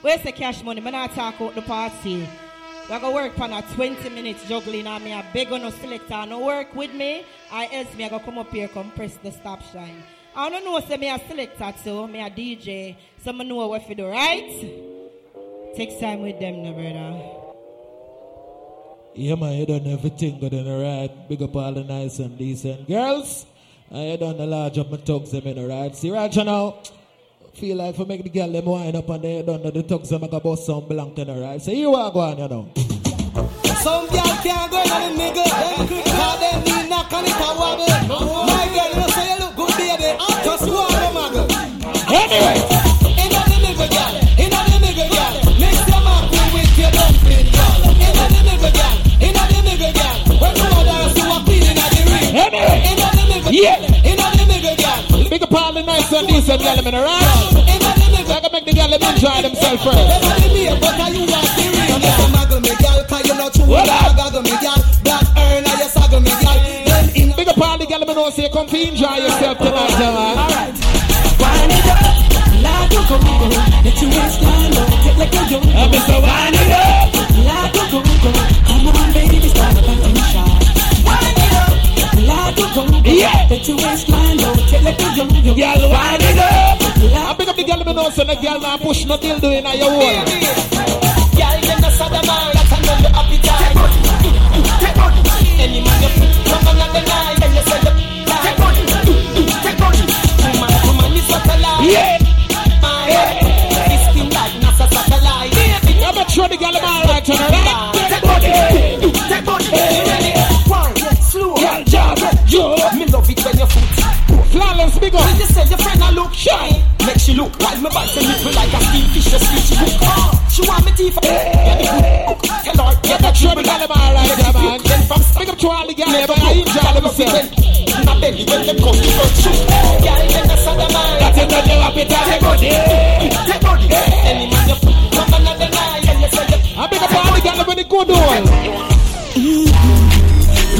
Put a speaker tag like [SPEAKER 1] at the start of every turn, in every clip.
[SPEAKER 1] Where's the cash money? Man, I talk out the party. We're going to work on a 20 minutes juggling and me. I beg on a selector. No work with me. I else me. I go come up here, come press the stop sign. I don't know, say me a selector too. Me a DJ. So I know what to do, right? Take time with them, no brother.
[SPEAKER 2] Yeah, man, you done everything good and alright. Big up all the nice and decent girls. And you done the large up my tugs them in alright. See, right now, feel like for make the girl them wind up and then you done the tugs them, I got bust some blank in alright. So you are going, you know.
[SPEAKER 3] Some girl can't go in on the nigga. Them quick call them need knock on it and wobble. My girl, you know say you look good, baby. I'm just wobble, my girl. Anyway, in on the nigga, girl. In on the nigga, girl. Mix your mouth cool with your dumpling, girl. In on the nigga, girl. In on the nigga, girl. When you want dance, you are feeling at the ring. In on the nigga,
[SPEAKER 2] Yeah.
[SPEAKER 3] In on the nigga, girl.
[SPEAKER 2] Big up all the nice and decent girl them in alright.
[SPEAKER 3] In on the nigga,
[SPEAKER 2] So I can make the girl them enjoy themselves first. Big up all the girl them know say come fi enjoy yourself tonight, you know.
[SPEAKER 4] Wind it up, like a go-go. Let your waist down low, take like a yo-yo.
[SPEAKER 2] Uh, Mr. Wind it up.
[SPEAKER 4] Like a go-go. Come on, baby, start up and finish off. Wind it up, like a go-go.
[SPEAKER 2] Yeah.
[SPEAKER 4] Let your waist down low, take like a yo-yo.
[SPEAKER 2] Girl, wind it up. I
[SPEAKER 4] Like
[SPEAKER 2] pick up the girl them know say the girl not push no dildo in your wall. Yeah. I make sure the girl them alright, you know. right? Girl, job, yo.
[SPEAKER 3] Me love it when your foot
[SPEAKER 2] Flawless, big
[SPEAKER 3] When
[SPEAKER 2] up.
[SPEAKER 3] you say your friend I look shy Make she look While me bite her nipple like a steel fish Just fish hook Ah, She want me teeth Get me good hook. Tell her
[SPEAKER 2] I
[SPEAKER 3] Get
[SPEAKER 2] make
[SPEAKER 3] that
[SPEAKER 2] sure the
[SPEAKER 3] trouble
[SPEAKER 2] girl
[SPEAKER 3] like
[SPEAKER 2] them alright, you know, man.
[SPEAKER 3] Then from
[SPEAKER 2] Big up to all the girl
[SPEAKER 3] Never
[SPEAKER 2] them. I
[SPEAKER 3] broke
[SPEAKER 2] enjoy
[SPEAKER 3] Tell her
[SPEAKER 2] themselves.
[SPEAKER 3] when My belly when them come to first shoot Girl when I saw the man
[SPEAKER 2] That's it, that's your appetite.
[SPEAKER 3] Take body Take body Any man you fuck Come another night And you say you
[SPEAKER 2] I pick up all the girl them with the good one.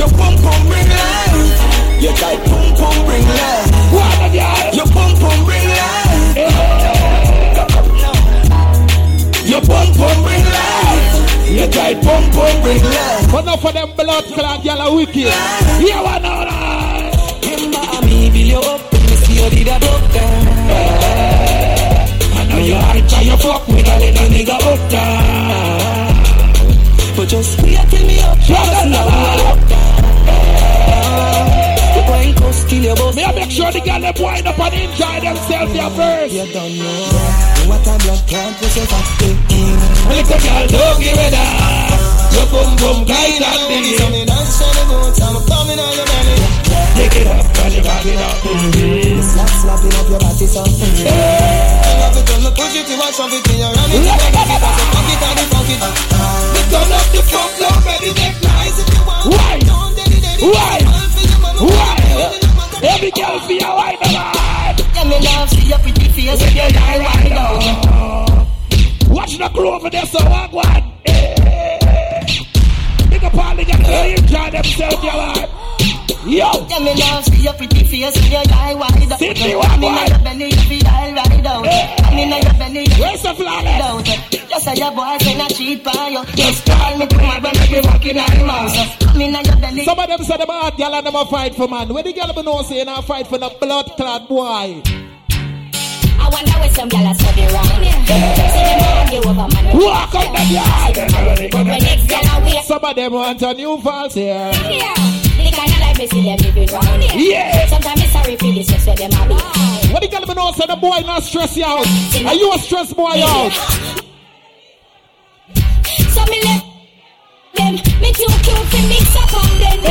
[SPEAKER 5] Your pum pum bring life. Your tight pum pum bring life.
[SPEAKER 2] What a girl.
[SPEAKER 5] Your pum pum bring life. Your pum pum bring life. Your tight pum pum bring life.
[SPEAKER 2] But not for them blood clot girl are wicked. Yeah, one alright.
[SPEAKER 4] Remember, I me build you up, me see you did a duck down.
[SPEAKER 5] I know you hard try you fuck with a little nigga up there.
[SPEAKER 4] But just wait till me up, just now we are up down. Wine cuss till you bust.
[SPEAKER 2] Me I make sure the girl them wind up and enjoy themselves their
[SPEAKER 4] You
[SPEAKER 2] first.
[SPEAKER 4] don't know.
[SPEAKER 5] What a blood can't push it up to
[SPEAKER 2] Little girl, don't give it up. Your bum bum guide and dig it.
[SPEAKER 3] me nice and you go Time I'm coming on your belly
[SPEAKER 2] Dig it up, cause you back it up.
[SPEAKER 3] Slap slapping up your body so I love it when me push it You want shove it in your hand It's a pocket and the pocket Turn up the fuck up Ready take nice if you want
[SPEAKER 2] Why?
[SPEAKER 3] Down daddy daddy
[SPEAKER 2] Why?
[SPEAKER 3] All for your mama
[SPEAKER 2] Why? Every girl be a wind up.
[SPEAKER 4] Yeah, me love see your pretty face if you die right now.
[SPEAKER 2] Watch the crew over there, so walk one. Big up all the girls, they enjoy themselves, you want. Yo,
[SPEAKER 4] Yeah, me love see your pretty face if you die wide out.
[SPEAKER 2] Sit me one
[SPEAKER 4] Me
[SPEAKER 2] wide.
[SPEAKER 4] know your belly if you die right out. Me know your belly if you
[SPEAKER 2] where's the
[SPEAKER 4] die
[SPEAKER 2] flawless?
[SPEAKER 4] out. Just say your boyfriend a cheat on you. Just call me tomorrow when you be walking on mouse. Me know your belly.
[SPEAKER 2] Some of them say them hard girl and them a fight for man. When the girl be know say you know fight for the blood clot boy.
[SPEAKER 6] I wonder where some gyal are study wrong. Yeah. See them argue over man. with
[SPEAKER 2] Walk out the
[SPEAKER 6] When
[SPEAKER 2] yard.
[SPEAKER 6] it's gyal are weak.
[SPEAKER 2] Some of them want a new false here.
[SPEAKER 6] Yeah. The kind of life we see them living round. Yeah.
[SPEAKER 2] Yeah. Ah.
[SPEAKER 6] Sometimes it's sorry for the stress where them are be.
[SPEAKER 2] When the girl be know say the boy not stress you out. Are you a stress boy out?
[SPEAKER 6] So me left them. Me too cute to mix up on them. So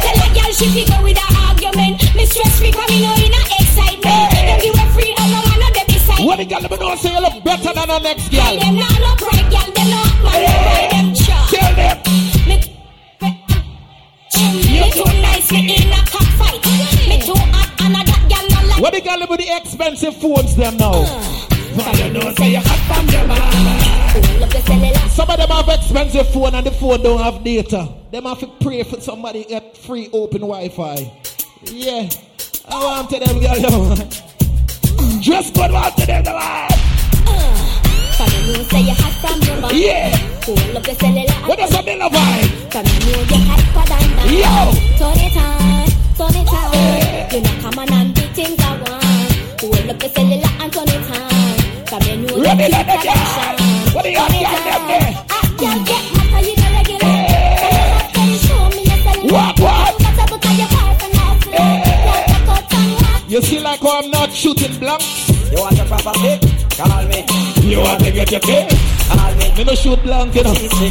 [SPEAKER 6] tell a girl she fi go with her argument. Me stress free 'cause me know in a excitement. Them give her freedom, no man no dey beside.
[SPEAKER 2] When the girl be know say you look better than the next
[SPEAKER 6] Girl,
[SPEAKER 2] girl.
[SPEAKER 6] them not look right, girl. Them not man look right. Them sure.
[SPEAKER 2] Tell them.
[SPEAKER 6] Me, me too nice, me in a cockfight. Me too hot, and I that girl no like.
[SPEAKER 2] What the girl with the expensive phones them now? I don't know, say you hot from your mama.
[SPEAKER 6] Love the cellular.
[SPEAKER 2] Some of them have expensive phone and the phone don't have data. Them have to pray for somebody get free open Wi-Fi. Yeah. I want to them girl. Just good want to them the
[SPEAKER 6] Uh, for the You say you hot from your mind.
[SPEAKER 5] Yeah.
[SPEAKER 6] Pull up your cellular.
[SPEAKER 5] What does a Miller vibe?
[SPEAKER 6] From you, you hot for than that.
[SPEAKER 5] Yo.
[SPEAKER 6] Turn it on, turn it on. You know, come on and do things I want. Pull up your cellular and turn it on. From you, you
[SPEAKER 5] Ready
[SPEAKER 6] hot
[SPEAKER 5] like
[SPEAKER 6] for
[SPEAKER 5] a cat.
[SPEAKER 6] than that.
[SPEAKER 5] What do you have to them there?
[SPEAKER 6] Ah, yeah, yeah, hot are you the regular? Can you show me your cellular?
[SPEAKER 5] What, what?
[SPEAKER 6] You better book out your car for last night. Yeah, check out and walk.
[SPEAKER 2] You see, like how I'm not shooting blank.
[SPEAKER 7] You want a proper pick? Call me.
[SPEAKER 5] You want to get your kick?
[SPEAKER 7] Call me.
[SPEAKER 2] Me no shoot blank, you know.
[SPEAKER 7] Six. Call me.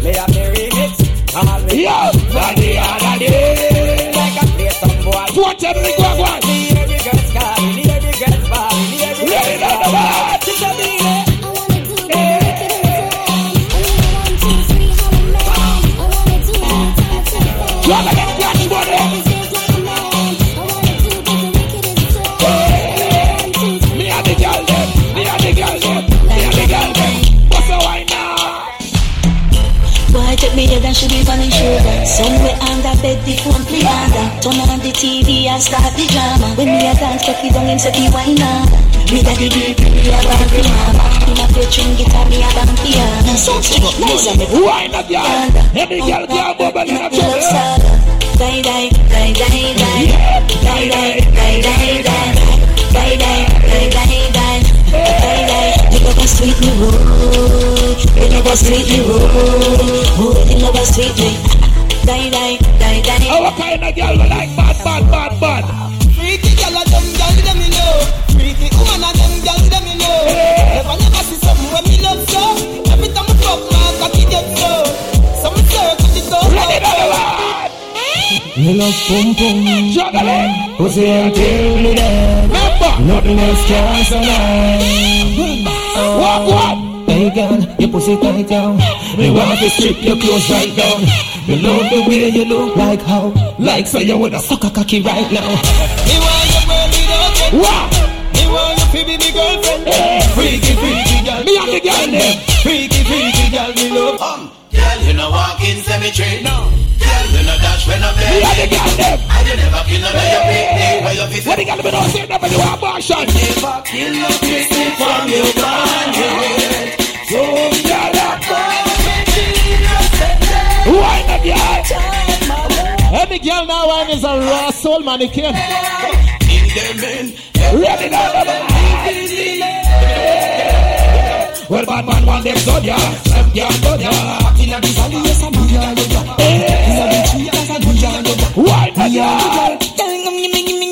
[SPEAKER 7] Me have the remix. Call me.
[SPEAKER 5] Yo, daddy, ah, daddy.
[SPEAKER 7] Like I play some boy.
[SPEAKER 5] What every go on?
[SPEAKER 7] Me hear the girls call. Me hear the girls call. Me hear the
[SPEAKER 5] Ready
[SPEAKER 7] girls
[SPEAKER 5] like a
[SPEAKER 7] call.
[SPEAKER 5] bat.
[SPEAKER 7] She said, me there.
[SPEAKER 6] I wanna do the one, two, three, how a man. I wanna do the time to fall.
[SPEAKER 5] Drop it and catch money. Me and the girl them. Me and the girl them. Me and the girl them. What's the wine now?
[SPEAKER 4] Boy, take me head and should be falling shoulder. Somewhere under bed, the phone play harder. Turn on the TV and start the drama. When me a dance, chuck it down and set the wine harder. Me daddy beat me a bang the mama. Me a play string guitar, me a bang piano. Sound stick up nice and me
[SPEAKER 5] Wine up, y'all. Every girl can't bubble in a trouble.
[SPEAKER 4] Die, die, die, die, die. Die, die, die, die, die. Die, die, die, die, die. Die, die. You never sweet me, oh. You never sweet me, oh. Oh, you never sweet me. Die, die, die, die.
[SPEAKER 5] Our kind of girl we like bad, bad, bad, bad.
[SPEAKER 3] Freaky girl and them girl them me love. Freaky woman and them girl them me love. Never never see something when me love so. Every time I fuck man, cocky get so. Some circle the door.
[SPEAKER 5] Ready, baby, what?
[SPEAKER 8] Me love pum pum,
[SPEAKER 5] Juggle it.
[SPEAKER 8] pussy until me dead.
[SPEAKER 5] Remember,
[SPEAKER 8] Nothing else can survive.
[SPEAKER 5] walk, walk.
[SPEAKER 8] Hey girl, your pussy tight down. Me want to strip your clothes right down. Me love the way you look like how, like so you woulda suck a cocky right now.
[SPEAKER 3] Me want your girl without you.
[SPEAKER 5] Walk.
[SPEAKER 3] Me want you to be my girlfriend. Freaky, freaky girl.
[SPEAKER 5] Me and the girl them.
[SPEAKER 3] Freaky, freaky girl me love.
[SPEAKER 9] Um, girl, you know walk in cemetery. No. Girl, you know dash when I
[SPEAKER 5] Me
[SPEAKER 9] beg.
[SPEAKER 5] and the girl them.
[SPEAKER 9] And you never kill none of your picnic. Why you fit
[SPEAKER 5] What the girl them don't say nothing to abortion.
[SPEAKER 7] Never kill no Christian from your band.
[SPEAKER 5] So girl up. Wine up, y'all.
[SPEAKER 2] Any girl now wine is a raw soul mannequin.
[SPEAKER 9] in them men?
[SPEAKER 5] Ready now, baby. Well, bad man want them done, ya. Them girl done, ya. Eh. Wine up, y'all. Ilangole.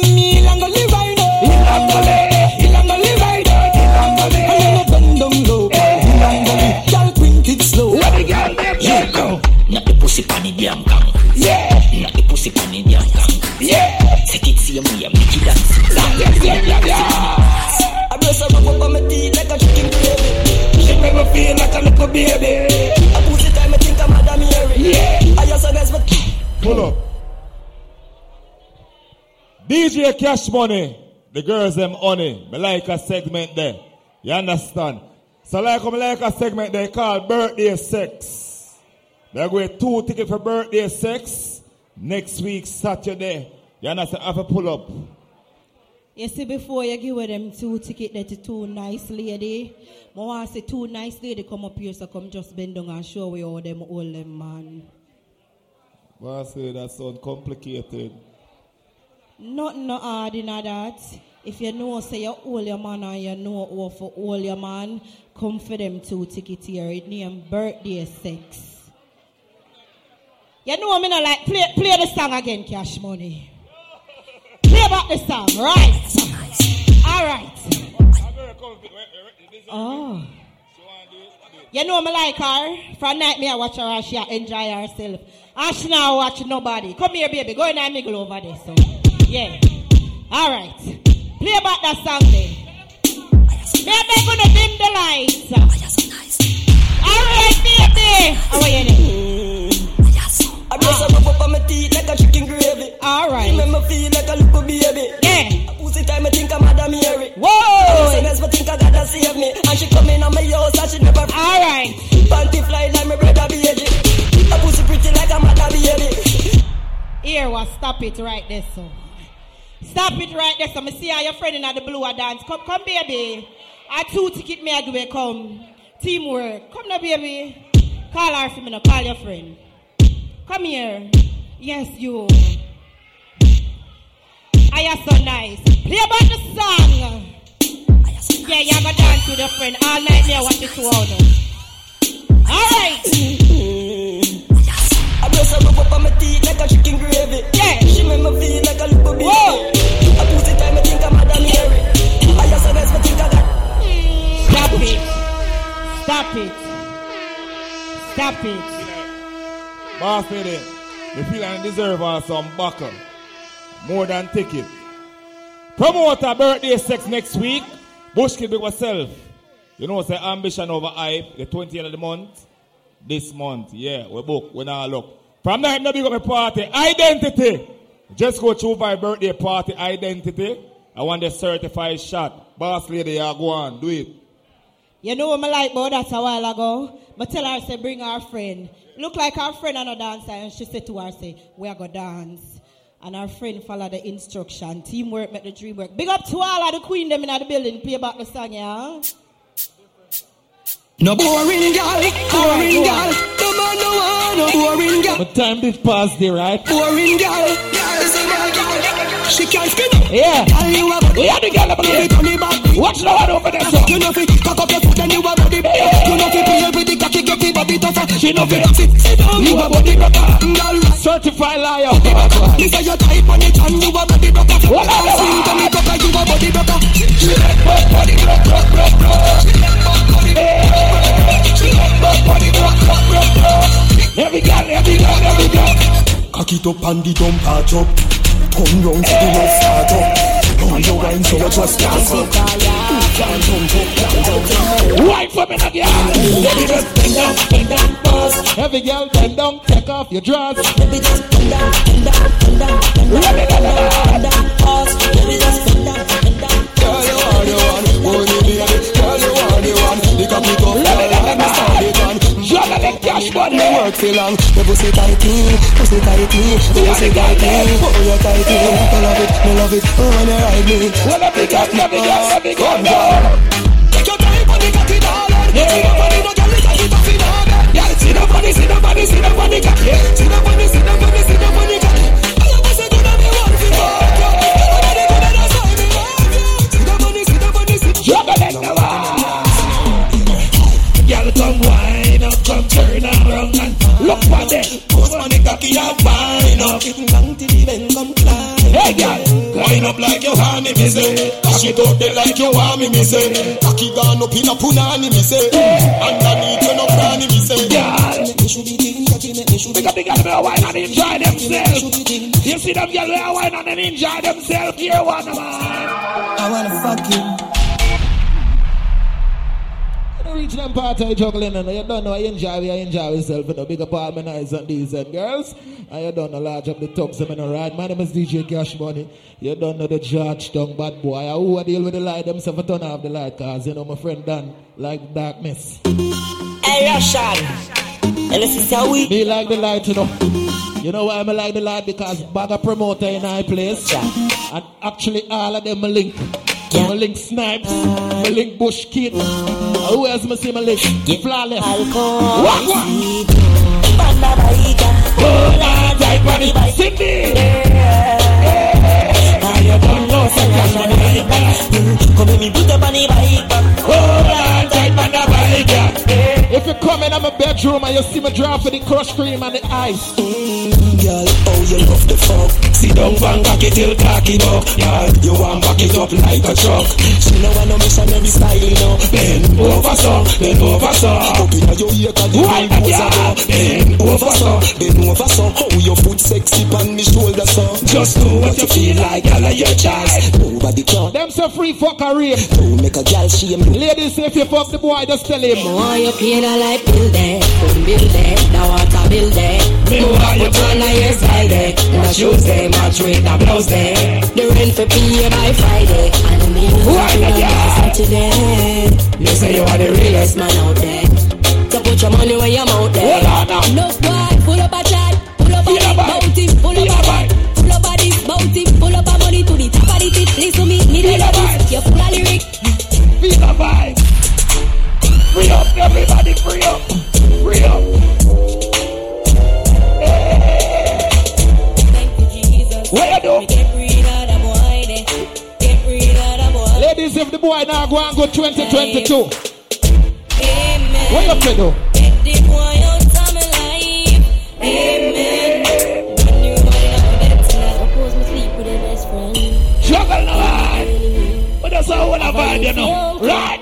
[SPEAKER 5] Ilangole. What the girl them say now?
[SPEAKER 10] Not the pussy pan in damn gang.
[SPEAKER 5] Yeah.
[SPEAKER 10] Not the pussy pan in damn gang.
[SPEAKER 5] Yeah.
[SPEAKER 10] Take it same way, make it dance.
[SPEAKER 5] She make me feel like a little baby. Yeah.
[SPEAKER 2] Pull up. DJ Cash Money, the girls them honey. Me like a segment there. You understand? So like I like a segment they call birthday sex. They go with two ticket for birthday sex next week Saturday. You understand? Have a pull up.
[SPEAKER 1] You see, before you give her them two ticket that to two nice lady, I want to see two nice lady come up here, so come just bend down and show we all them old them man.
[SPEAKER 2] Well, I say eh, that sound complicated.
[SPEAKER 1] Nothing no hard in a that. If you know, say you all your man and you know all for all your man, come for them two ticket here. It name birthday sex. You know me not like play play the song again, Cash Money. Play back the song, right? All right. Oh. You know me like her. From night me I watch her and she a enjoy herself. And she now watch nobody. Come here, baby. Go in and mingle over there. So yeah. All right. Play back that song then. Baby, gonna dim the lights. All right, baby. How are you there?
[SPEAKER 7] I dress her up up on my teeth like a chicken gravy.
[SPEAKER 1] All
[SPEAKER 7] She make
[SPEAKER 1] right.
[SPEAKER 7] me feel like a little baby.
[SPEAKER 1] Yeah.
[SPEAKER 7] Pussy time, I think I'm Madam Mary.
[SPEAKER 1] Whoa.
[SPEAKER 7] Sometimes I think I gotta save me. And she come in on my house and she never f-
[SPEAKER 1] All right.
[SPEAKER 7] panty fly like my brother baby. A pussy pretty like a mother baby.
[SPEAKER 1] Here was stop it right there, so. Stop it right there, so. Me see how your friend in the blue a dance. Come, come, baby. I two ticket me I go back come. Teamwork. Come now, baby. Call her for me now. Call your friend. Come here. Yes, you. I am so nice. Play about the song. Yeah, you gonna dance with your friend all night. There, watch it two out. All right.
[SPEAKER 7] I brush her up up on my teeth like a chicken gravy. Yeah, she make me feel like a little baby. I pussy time, I think I'm Madame Mary. I just a mess, I think I got.
[SPEAKER 1] Stop it. Stop it. Stop it.
[SPEAKER 11] Boss lady, we feel I deserve us some buckle. More than ticket. Promote a birthday sex next week. Bush Kid Big myself. You know, say ambition over hype. The 20th of the month. This month, yeah, we book, we now look. From that, no big up my party. Identity. Just go through my birthday party identity. I want the certified shot. Boss lady, you go on, do it.
[SPEAKER 1] You know what I like about that a while ago? I tell her, say, bring her friend. Look like her friend and a dancer. And she said to her, say, we are going to dance. And her friend follow the instruction. Teamwork make the dream work. Big up to all of the queen them in the building. Play back the song, yeah?
[SPEAKER 8] No boring
[SPEAKER 1] All
[SPEAKER 8] girl,
[SPEAKER 1] right, go on.
[SPEAKER 8] boring girl. No man no want no boring girl.
[SPEAKER 2] But time did pass there, right?
[SPEAKER 8] Boring girl, girl is a bad girl. She can't spin up.
[SPEAKER 2] Yeah.
[SPEAKER 8] Tell you about
[SPEAKER 2] We are the girl up
[SPEAKER 8] Put
[SPEAKER 2] here.
[SPEAKER 8] it on the back.
[SPEAKER 2] Watch the one over there, sir.
[SPEAKER 8] You know fi cock up your foot and you a body. You know fi play with the cocky, get the body tougher. She know fi toss it. Sit down, you a body rocker. Girl,
[SPEAKER 2] Certified liar.
[SPEAKER 8] This is your type on it and you a body broker Sing to me cocker, you a body broker
[SPEAKER 5] Every girl, every girl, every girl.
[SPEAKER 8] Cock it up and the dump a drop Come round to the left start up Now you wine so you just can't stop You can't jump up, can't jump up
[SPEAKER 2] White women again. Baby, just bend down, bend down, boss. Every girl, bend down, take off your dress. Baby, just bend down, bend down, bend down, bend down, bend down, bend down, boss. Baby, just bend down, bend down. Girl, you are the one, oh baby, girl, you are the one. The cocky top, girl, I'm a solid one. Juggle the cash money.
[SPEAKER 8] You work for long You pussy tight me, pussy tight me You pussy tight me, oh you tight me I love it, I love it, oh when you ride me Well I pick up, I pick up, I pick up, girl Take your time on the cocky, darling Yeah, nobody no girl, it's a hit of it, darling Yeah, see nobody, see nobody, see nobody, cocky See nobody, see nobody, see nobody, cocky I love pussy gonna be one for more, girl Nobody gonna know why me love you See nobody, see nobody, see nobody Juggle it, no
[SPEAKER 5] Girl, come wine up, come turn around and look for them. Push on the cocky and wine up. Hey, girl, wine up like you want me, me say. Cock it out there like you want me, me say. Cocky gone up in a punani, me say. Underneath you no cranny, me say. Girl, pick up the girl, they wine and enjoy themselves. You see them girl, they wine and enjoy themselves. Here one, man.
[SPEAKER 8] I wanna fuck you
[SPEAKER 2] You don't reach them part of juggling and you don't know you enjoy you enjoy yourself in a big apartment eyes and these and girls and you don't know large up the tubs them in a ride. My name is DJ Cash Money. You don't know the judge tongue bad boy. I who a deal with the light themself I turn off the light cause you know my friend Dan like darkness.
[SPEAKER 7] Hey, Russian. And this is how we
[SPEAKER 2] Me like the light you know. You know why me like the light because bag a promoter in high place and actually all of them me link. Me link Snipes, me link Bush Kid. Who else me see me link? Flawless. Walk, walk. If you come in, I'm a bedroom and you see me drop for the crush cream and the ice.
[SPEAKER 8] Girl, oh you love the fuck Sit down and cock it till cocky buck Girl, you want back it up like a truck She no want no missionary style no Bend over so, bend over so Up inna your ear cause the whole house a go Bend over so, bend over so How your foot sexy pan me shoulder so Just do what you feel like, all of your choice Nobody can
[SPEAKER 2] Them so free fuck a rape.
[SPEAKER 8] Don't make a girl shame you
[SPEAKER 2] Ladies, if you fuck the boy, just tell him.
[SPEAKER 4] Why you clean a light bill there? Phone bill there, the water bill there.
[SPEAKER 5] Me want you
[SPEAKER 4] Put on a hairstyle there, and the shoes there, match with the blouse there. The rent for pay by Friday, and me
[SPEAKER 5] Why
[SPEAKER 4] on
[SPEAKER 5] not, yeah?
[SPEAKER 4] Saturday.
[SPEAKER 5] Me say you are the realest
[SPEAKER 4] man out there. So put your money where your mouth there.
[SPEAKER 5] Hold on
[SPEAKER 4] No boy, pull up a chat, pull up a
[SPEAKER 5] Yeah,
[SPEAKER 4] yeah,
[SPEAKER 5] boy.
[SPEAKER 4] bounty, pull up
[SPEAKER 5] Yeah,
[SPEAKER 4] a that, pull up a this bounty, pull up a money to the top of the tip. Listen to me, need a
[SPEAKER 5] Yeah,
[SPEAKER 4] yeah, You full of lyric. Feel the vibe. Free up, everybody, free up. Free up.
[SPEAKER 5] Where you do? Ladies, if the boy now go and go 2022, what you play do?
[SPEAKER 4] Juggle the vibe. But that's how I wanna vibe, you know. Right.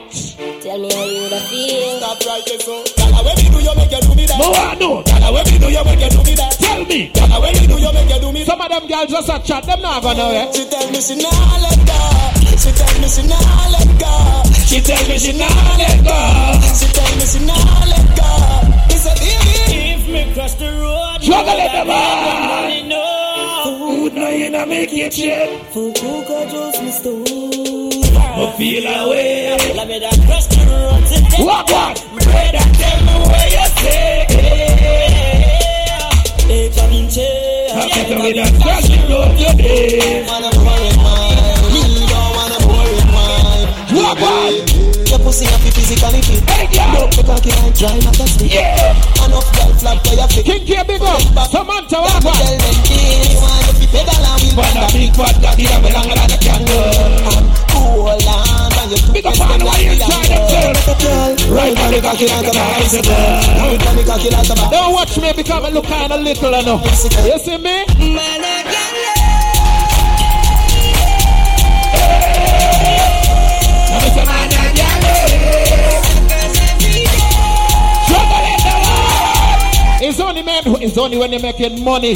[SPEAKER 12] Tell me how you da feel. Stop right there, so.
[SPEAKER 4] Gala, when you do, you make you do me that. No, I know. Gala, when you do, you make you do me that. Tell me. Gala, when you do, you make you do me that.
[SPEAKER 5] Some of them girls just a chat, them not gonna know, yeah?
[SPEAKER 4] She tell me she not let go. She tell me she not let go. She tell me she not let go. She tell me she not let go. He said, "Baby, if me cross the road, juggle it, man. Food no inna me kitchen.
[SPEAKER 12] For Coca Joe's me store.
[SPEAKER 4] I feel away.
[SPEAKER 12] Let me that cross the road today.
[SPEAKER 4] Walk on.
[SPEAKER 12] Bread and tell me where you stay. Hey, come in here.
[SPEAKER 4] I get away that cross the road today.
[SPEAKER 3] wanna foreign mind. Me don't wanna foreign mind.
[SPEAKER 4] Walk on.
[SPEAKER 3] Your pussy have to physically fit.
[SPEAKER 4] Hey, girl.
[SPEAKER 3] Make a kid and dry not a sleep.
[SPEAKER 4] Yeah.
[SPEAKER 3] Enough girl flap where you fit.
[SPEAKER 5] King K, big up. Samantha,
[SPEAKER 3] Tell
[SPEAKER 5] walk
[SPEAKER 3] me
[SPEAKER 5] on.
[SPEAKER 3] girl them kill. You want you fi pedal and wheel
[SPEAKER 4] But
[SPEAKER 3] and
[SPEAKER 4] a
[SPEAKER 3] that
[SPEAKER 4] big fat daddy that belong like a candle.
[SPEAKER 3] I'm cool and when you
[SPEAKER 4] Big up on the way you try to tell. Right on the cocky like an icicle. Now it's on the cocky like a
[SPEAKER 5] Don't watch me because I look kind of little, I know. You see me? It's only men, who- it's only when you're making money.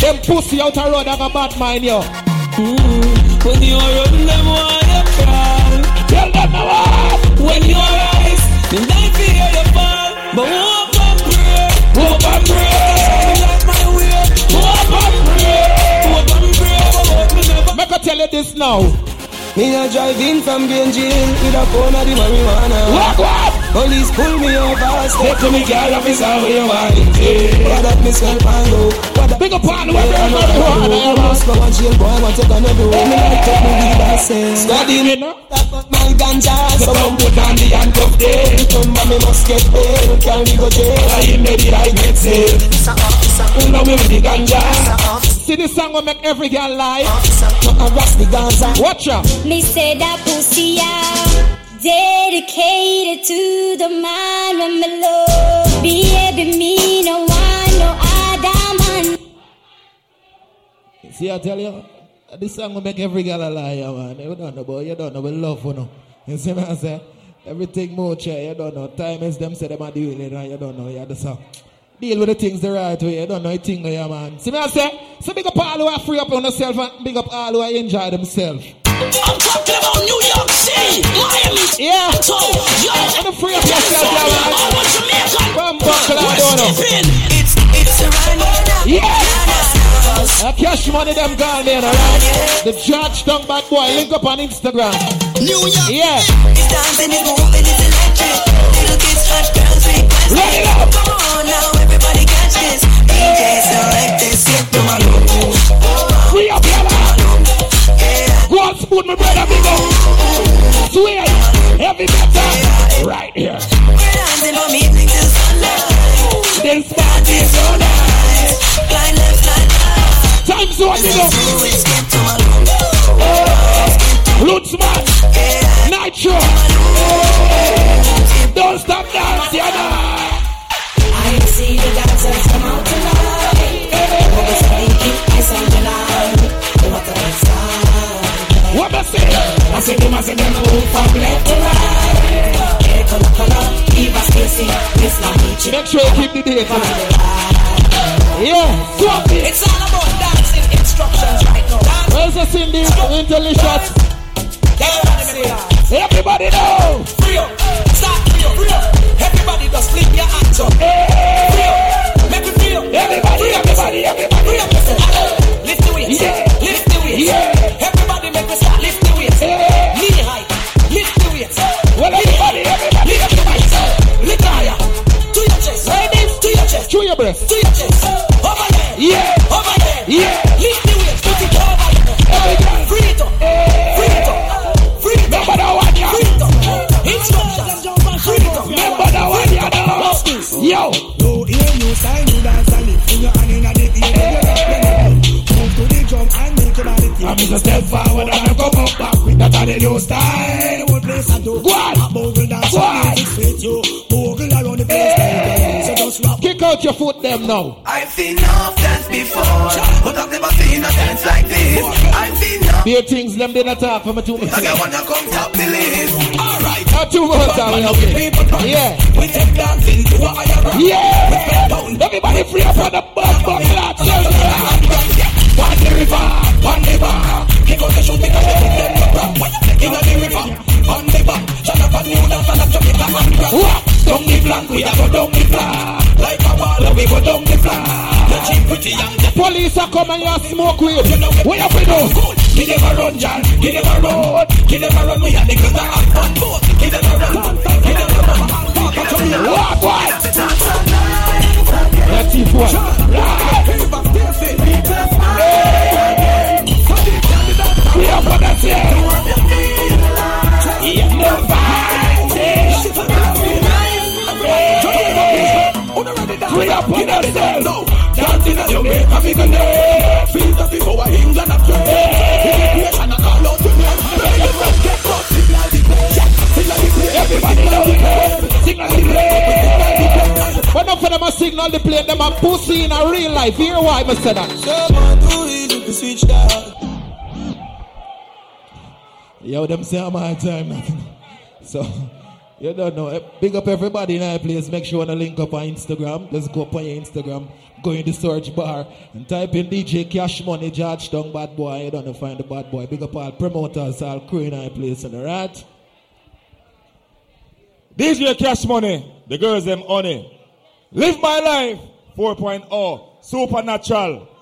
[SPEAKER 5] Them pussy out the road have a bad mind, yo.
[SPEAKER 12] When you are on them, why you cry?
[SPEAKER 4] Tell them the word.
[SPEAKER 12] When you rise, then I fear the fall. But hope and pray.
[SPEAKER 4] Hope and pray.
[SPEAKER 12] That's my way.
[SPEAKER 4] Hope and pray.
[SPEAKER 12] Hope and pray. But hope me never
[SPEAKER 5] Make I tell you this now.
[SPEAKER 3] Me a drive in from Green Jail with a cone of the marijuana.
[SPEAKER 4] Walk on.
[SPEAKER 3] Police pull me over, step
[SPEAKER 4] Take to me, girl, if it's how you want it.
[SPEAKER 3] What up, Miss Calpando? What up?
[SPEAKER 5] Big up on the way,
[SPEAKER 3] I know what to do. You must go and jail, boy. What you gonna do? Me like take me weed and say. Study me now. That up my ganja. So
[SPEAKER 4] Come put on the handcuff there.
[SPEAKER 3] remember me must get paid. Can we go jail?
[SPEAKER 4] I am ready, I get safe. Now we with the ganja.
[SPEAKER 5] See this song will make every girl lie.
[SPEAKER 3] No harass the ganja.
[SPEAKER 5] Watch out.
[SPEAKER 6] Me say that pussy out, dedicated to the man when me love. Baby, me no one, no other man.
[SPEAKER 5] See, I tell you, this song will make every girl a liar, man. You don't know, boy. You don't know. We love, you know. You see what I say? Everything more chair, you don't know. Time is them say them are doing it, and you don't know. You have to say, deal with the things the right way. You don't know a thing, yeah, man. See what I say? So big up all who are free up on themselves and big up all who are enjoy themselves.
[SPEAKER 2] I'm talking about New York City, Miami,
[SPEAKER 5] Yeah.
[SPEAKER 2] so yo,
[SPEAKER 5] And the free up yourself, yeah, man.
[SPEAKER 2] all of Jamaica.
[SPEAKER 5] From Buckle, I don't know.
[SPEAKER 2] It's it's around
[SPEAKER 5] Yes! Uh, cash money them gone there, alright? The judge down bad boy, link up on Instagram.
[SPEAKER 4] New York.
[SPEAKER 5] Yeah.
[SPEAKER 4] It's dancing, it's moving, it's electric. Little kids, touch girls, request.
[SPEAKER 5] Let it up.
[SPEAKER 4] Come on now, everybody catch this. DJ select this, hit the malo.
[SPEAKER 5] Free up, yeah, man. Go on, spoon, my brother, big up. Swear, heavy metal. Right here.
[SPEAKER 4] We're dancing from evening till sunlight.
[SPEAKER 5] This party
[SPEAKER 4] It's so nice. Blind left, blind right.
[SPEAKER 5] Time zone, big up.
[SPEAKER 4] Do it, skip to malo.
[SPEAKER 5] Oh, Roots, man. Nitro. Don't stop dancing, you know.
[SPEAKER 4] I see the dancers come out tonight. Everybody's making ice on the line. What a nice time.
[SPEAKER 5] What I say?
[SPEAKER 4] I said, them, I
[SPEAKER 5] é
[SPEAKER 4] said, them move from left to right. Here come the color, Eva Stacy,
[SPEAKER 5] assim,
[SPEAKER 4] Miss Manichi.
[SPEAKER 5] Make sure you keep the date. Yeah. Go up there.
[SPEAKER 4] It's all about dancing instructions right now. Dance,
[SPEAKER 5] Where's the Cindy? Intelligence.
[SPEAKER 4] everybody,
[SPEAKER 5] É Everybody know.
[SPEAKER 4] free up. Start free up, free up. Everybody just fling your hands up. Free up. Make it free up.
[SPEAKER 5] Everybody,
[SPEAKER 4] Free up.
[SPEAKER 5] everybody, everybody.
[SPEAKER 4] Free up, listen. Lift the weights.
[SPEAKER 5] Yeah.
[SPEAKER 4] Lift the weights.
[SPEAKER 5] Yeah.
[SPEAKER 4] Everybody make me start. Lift the weights.
[SPEAKER 5] Yeah.
[SPEAKER 4] Knee high. Lift the weights.
[SPEAKER 5] Well, everybody, everybody,
[SPEAKER 4] Lift the weights. Lift higher. To your chest. Ladies. To your chest.
[SPEAKER 5] Chew your breath.
[SPEAKER 4] To your chest. Over there.
[SPEAKER 5] Yeah.
[SPEAKER 4] Over there.
[SPEAKER 5] Yeah.
[SPEAKER 4] Lift the weights. Put it over there.
[SPEAKER 5] Every girl.
[SPEAKER 4] Free it up. Free it up. Free it up.
[SPEAKER 5] Number one, yeah.
[SPEAKER 4] Free it up.
[SPEAKER 5] things. Yo. No hear you sign, you dance and lift in your hand in the ear. then you rock, Move to the drum and make your body tick. I'm just step forward and I come up back with that and the new style. One place I do. Go on. Bogle dance. Go on. Straight you. Bogle around the place. like, So just rock.
[SPEAKER 2] Kick out your foot them now.
[SPEAKER 9] I've seen enough dance before, but I've never seen a dance like this. I've seen enough.
[SPEAKER 2] Beer things them did not talk for me too much.
[SPEAKER 9] I wanna come top the list. Alright.
[SPEAKER 2] Not too much, darling. Okay. Yeah.
[SPEAKER 5] We take dancing to a higher ground.
[SPEAKER 2] Yeah. Everybody free up on the bus, bus, lad.
[SPEAKER 5] On the river, on the bar. Kick out the shoes because they hit them no problem. In the river, on the bar. Shut up and you down, shut up, Jamaica and grab. Down the flank, we a go down the flank. Like a baller, we go down the flank. The cheap pretty young
[SPEAKER 2] Police are come and you smoke weed. What you fi do?
[SPEAKER 5] good. Give them a run, John. Give them a run. Give them a run, we a niggas that have fun. Give them a run. Give them a run.
[SPEAKER 2] What? What? Let's see what.
[SPEAKER 5] We are putting ourselves now. Dancing at your make a figure day. Feel the people who are England up to Immigration and all out to them. Pray the press get up. Signal the place. Signal the place. Everybody know the place. Signal the place.
[SPEAKER 2] But enough of them a signal the plate, them a pussy in a real life. Hear why I said that.
[SPEAKER 5] Someone who is to switch that.
[SPEAKER 2] Yo, them say I'm high time nothing. So, you don't know. Eh, Big up everybody in our place. Make sure you link up on Instagram. Just go up on your Instagram. Go in the search bar and type in DJ Cash Money, George Dung Bad Boy. You don't know, find the bad boy. Big up all promoters, all crew in our place, and alright?
[SPEAKER 13] DJ Cash Money, the girls them honey. Live my life 4.0, supernatural.